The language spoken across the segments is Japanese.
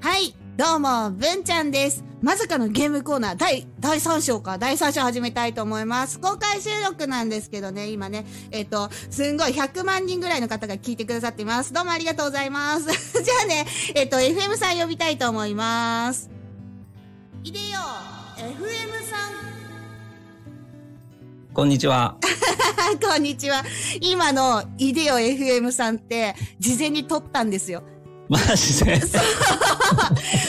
はい、どうも、文ちゃんです。まさかのゲームコーナー、第、第3章か、第3章始めたいと思います。公開収録なんですけどね、今ね、えっ、と、すんごい100万人ぐらいの方が聞いてくださっています。どうもありがとうございます。 じゃあね、えっ、と、FM さん呼びたいと思います。いでよ、FM さん。こんにち は。あこんにちは。今のイデオ FM さんって、事前に撮ったんですよ。マジで。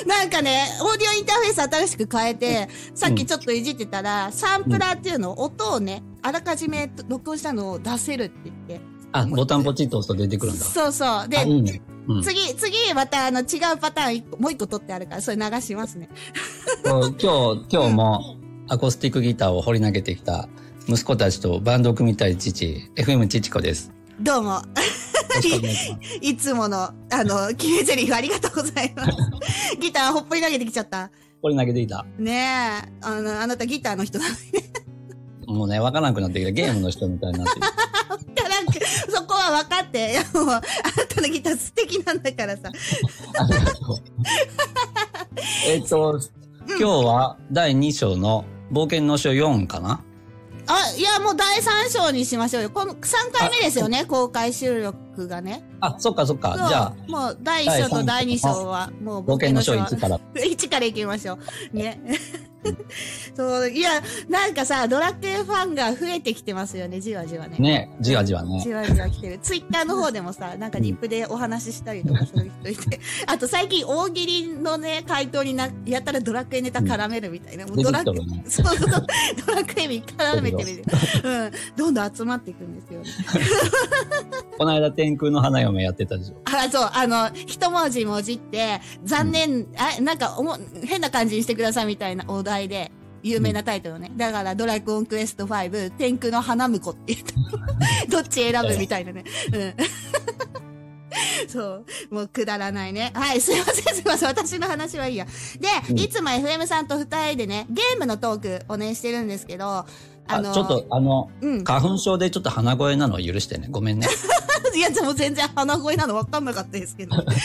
なんかね、オーディオインターフェース新しく変えて、さっきちょっといじってたら、サンプラーっていうの、音をね、あらかじめ録音したのを出せるって言っあ、ボタンポチッと押すと出てくるて。んだ。そうそう。であ、いいね。うん。次、次、またあの違うパターン一個、もう一個撮ってあるから、それ流しますね。今日、今日もアコースティックギターを掘り投げてきた息子たちとバンドを組みたい父、FM ちち こです。どうも。よろしくお願いします。いつもの、あの、決め台詞ありがとうござい ます。ギターほっぽり投げてきちゃった。掘り投げてきた。ねえ。あの、あなたギターの人だ もうね、わからなくなってきた。ゲームの人みたいになってき た。いやなんかそこは分かっていやもうあなたのギター素敵なんだからさありがとう。えっと、今日は第2章の冒険の書4かなあいやもう第3章にしましょうよこの3回目ですよね公開収録がねあ、そっかそっか。そうじゃあ、もう第1章と第2章はもう冒険の書は1から。 1からいきましょうねそういやなんかさドラクエファンが増えてきてますよねじわじわねね、じわじわね。じわじわ来てる。ツイッターの方でもさ、なんかリップでお話ししたりとかする人いて。あと最近大喜利のね、回答にな、やったらドラクエネタ絡めるみたいな。もう出ドてラきクとエ、るね。そうそうそう、ドラクエに絡めてみる。 うん。どんどん集まっていくんですよね。この間天空の花嫁やってたでしょ。あ、そう、あの、一文字文字って、残念、あ、なんかおも、変な感じにしてくださいみたいなお題で、有名なタイトルね。だから、ドラゴンクエスト5、天空の花婿って言った。どっち選ぶみたいなね。うん。 そう。もうくだらないね。はい、すいません、すいません。私の話はいいや。で、うんいつも FM さんと二人でね、ゲームのトークおねしてるんですけど、ああの、ちょっと、あの、うん。花粉症でちょっと鼻声なのは許してね。ごめんね。 いや、でも全然鼻声なの分かんなかったですけど。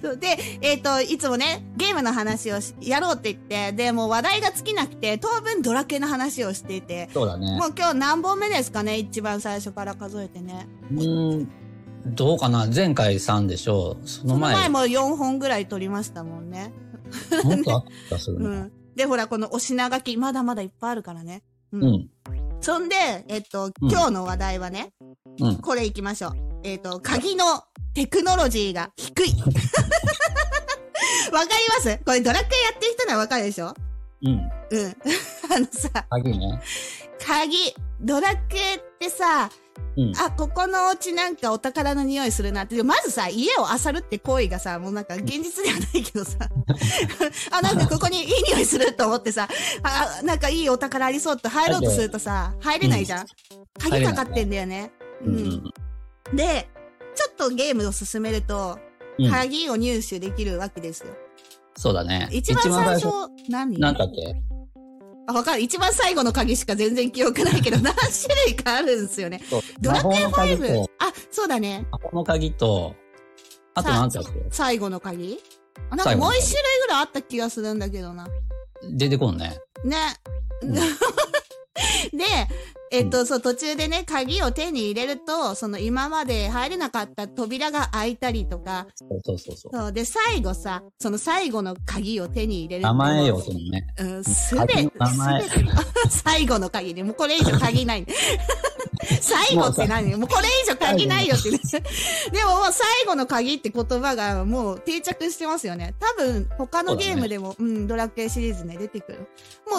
そうで、えっ、と、いつもね、ゲームの話をしやろうって言って、で、もう話題が尽きなくて、当分ドラケの話をしていて、そうだね。もう今日何本目ですかね一番最初から数えてね。うーん、どうかな前回3でしょう。そのその前、前も4本ぐらい撮りましたもんね。もっとあった気がするうね。ん。で、ほら、このお品書き、まだまだいっぱいあるからね。う。うんん。そんで、えっ、と、うん今日の話題はね、うん。これ行きましょう。えっ、と、鍵のテクノロジーが低 い。わかりますこれドラクエやってる人ならわかるでしょうん。うん。 あのさ、鍵ね。鍵、ドラクエってさ、うんあ、ここのお家なんかお宝の匂いするなって。まずさ、家を漁るって行為がさ、もうなんか現実ではないけど さ、あ、なんかここにいい匂いすると思ってさ、あ、なんかいいお宝ありそうって入ろうとするとさ、入れないじゃん、鍵かかってんだよね。ううんん。で、ちょっとゲームを進めると、うん。鍵を入手できるわけですよ。そうだね。一番最初、何なんだっけあ、わかる。一番最後の鍵しか全然記憶ないけど、何種類かあるんですよね。そうドラクエ魔法の鍵5と、。あ、そうだね。魔法の鍵と、あと何だっけ最後の鍵あなんか最後もうの鍵一種類ぐらいあった気がするんだけどな。出てこんね。ね。 うんで、えっと、そう、途中でね、鍵を手に入れると、その今まで入れなかった扉が開いたりとか、そうそうそうそう。そう、で、最後さ、その最後の鍵を手に入れる。名前よ、そのね。うん。すべ鍵ての、名前すべ て、最後の鍵ね。もうこれ以上鍵 ない。最後って何もうこれ以上鍵ないよって、ね。でももう最後の鍵って言葉がもう定着してますよね。多分他のゲームでも、うん、ドラクエシリーズね、出てくる。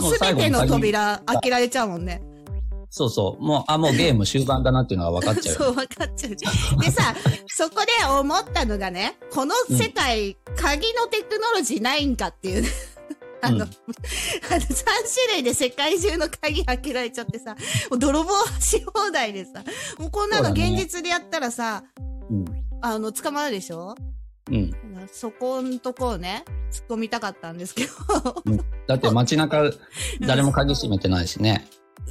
もうすべての扉開けられちゃうもんね。そうそう。もう、あ、もうゲーム終盤だなっていうのは分かっちゃう よ。そう、分かっちゃう。でさ、そこで思ったのがね、この世界、鍵のテクノロジーないんかっていうね。 あの、うんあの、3種類で世界中の鍵開けられちゃってさ、もう泥棒し放題でさ、もうこんなのそうだね現実でやったらさ、あの、捕まるでしょうん。うん。そこんとこをね、突っ込みたかったんですけど。だって街中、誰も鍵閉めてないしね。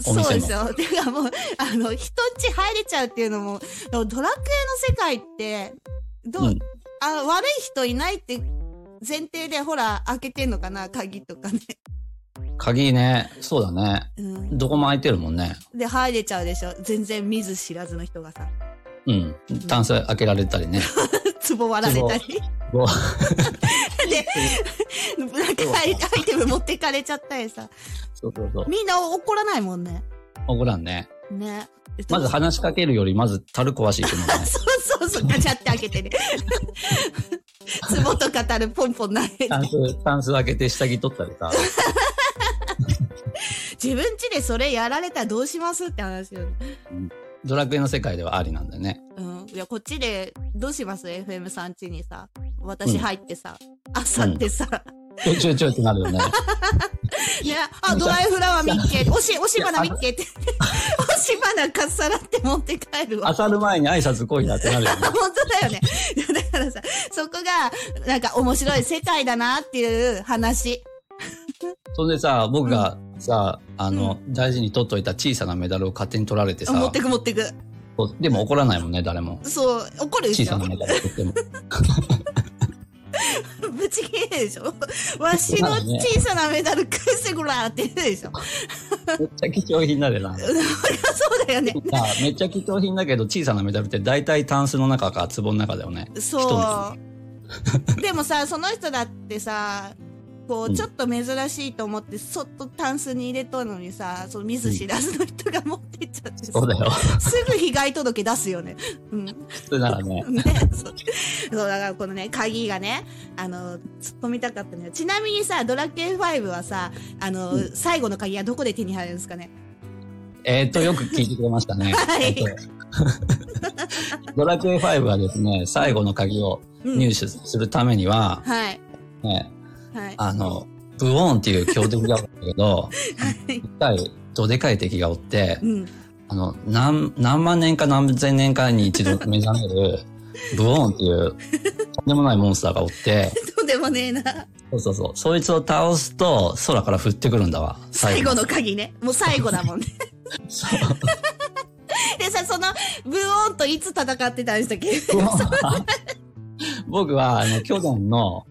お店もそうですよ。てかもう、あの、人んち入れちゃうっていうのも、でもドラクエの世界って、どう、うんあ悪い人いないって前提で、ほら、開けてんのかな、鍵とかね。鍵ね、そうだね。うん。どこも開いてるもんね。で、入れちゃうでしょ。全然見ず知らずの人がさ、 うん。タンス開けられたりね。壺割られたり。こなんかアイアイテム持ってかれちゃったりさ。うそうそうそう。みんな怒らないもんね。怒らんね。ね。まず話しかけるより、まず樽壊しいくもんね。 そうそうそう、ガチャって開け てね。壺とかたるポンポン投げてタンス、タンス開けて下着取ったりさ。自分家でそれやられたらどうしますって話よね。ドラクエの世界ではありなんだよね。うん。いや、こっちでどうします ?FM さん家にさ。私入ってさ。朝ってさ。ちょいちょいちょいってなるよ ね。ね、あ、ドライフラワー見っけ。おし、おし花見っけって。おし花かっさらって持って帰るわ。当たる前に挨拶来いだってなるよね。本当だよね。いやだからさ、そこが、なんか面白い世界だなっていう話。そんでさ、僕がさ、あの、大事に取っといた小さなメダルを勝手に取られて持さっ、てく持ってく。そうでも怒らないもんね、誰も。そう、怒るで小しさょな。メダル取っても。ぶち切れるでしょ。わしの小さなメダル返してごらんって言うでしょ。めっちゃ貴重品だでな。そうだよね。 さあめっちゃ貴重品だけど小さなメダルって大体タンスの中か壺の中だよね。そう。でもさ、その人だってさ、こうう、んちょっと珍しいと思って、そっとタンスに入れとるのにさ、その見ず知らずの人が持ってっちゃってさそうだよ。すぐ被害届出すよね。うん。普通ならね。ね、そう そうだからこのね鍵がねあの突っ込みたかったのよちなみにさドラクエ5はさあの、うん最後の鍵はどこで手に入るんですかねえっ、と、よく聞いてくれました ね。はいえーと ドラクエ5はですね、最後の鍵をうん入手するためには、はいね、はいあの、ブオーンっていう強敵がおるんだけ ど、いでかい、どでかい敵がおってう、ん あの、何、何万年か何千年かに一度目覚める、ブオーンっていう、とんでもないモンスターがおって、とんでもねえなそうそうそう。そいつを倒すと、空から降ってくるんだわ。最後の鍵ねもう最後だもんねそう でさそのブオーンといつ戦ってたんでしたっけ僕は、あの、去年の、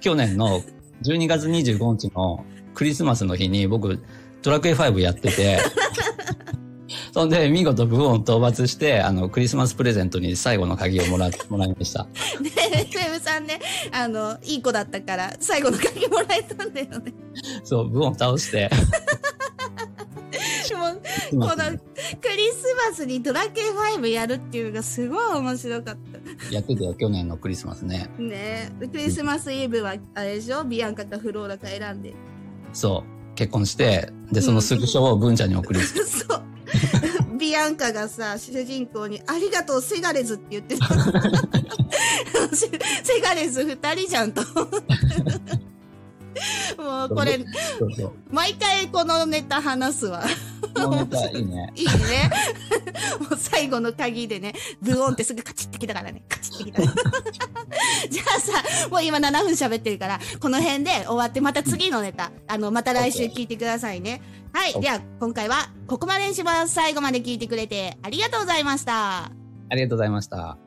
去年の12月25日のクリスマスの日に僕、ドラクエ5やっ てて、そんで、見事ブオン討伐して、あの、クリスマスプレゼントに最後の鍵をもら、もらいました。で FM さんねあのいい子だったから最後の鍵もらえたんだよねそう、ブオン倒して。でもこのクリスマスにドラケン5やるっていうのがすごい面白かったやってたよ、去年のクリスマスね。ねえクリスマスイブはあれでしょビアンカかフローラか選んでそう、結婚して、で、そのスクショを文ちゃんに送りつけそう ビアンカがさ主人公に「ありがとうセガレズ」って言ってた セガレズ2人じゃんと思ってもうこれそうそう毎回このネタ話すわこのネタいいね。いいねもう最後の鍵でねブオンってすぐカチッてきたからねカチッてきたじゃあさもう今7分喋ってるからこの辺で終わってまた次のネタあのまた来週聞いてくださいねはい OK では今回はここまでにします最後まで聞いてくれてありがとうございましたありがとうございました。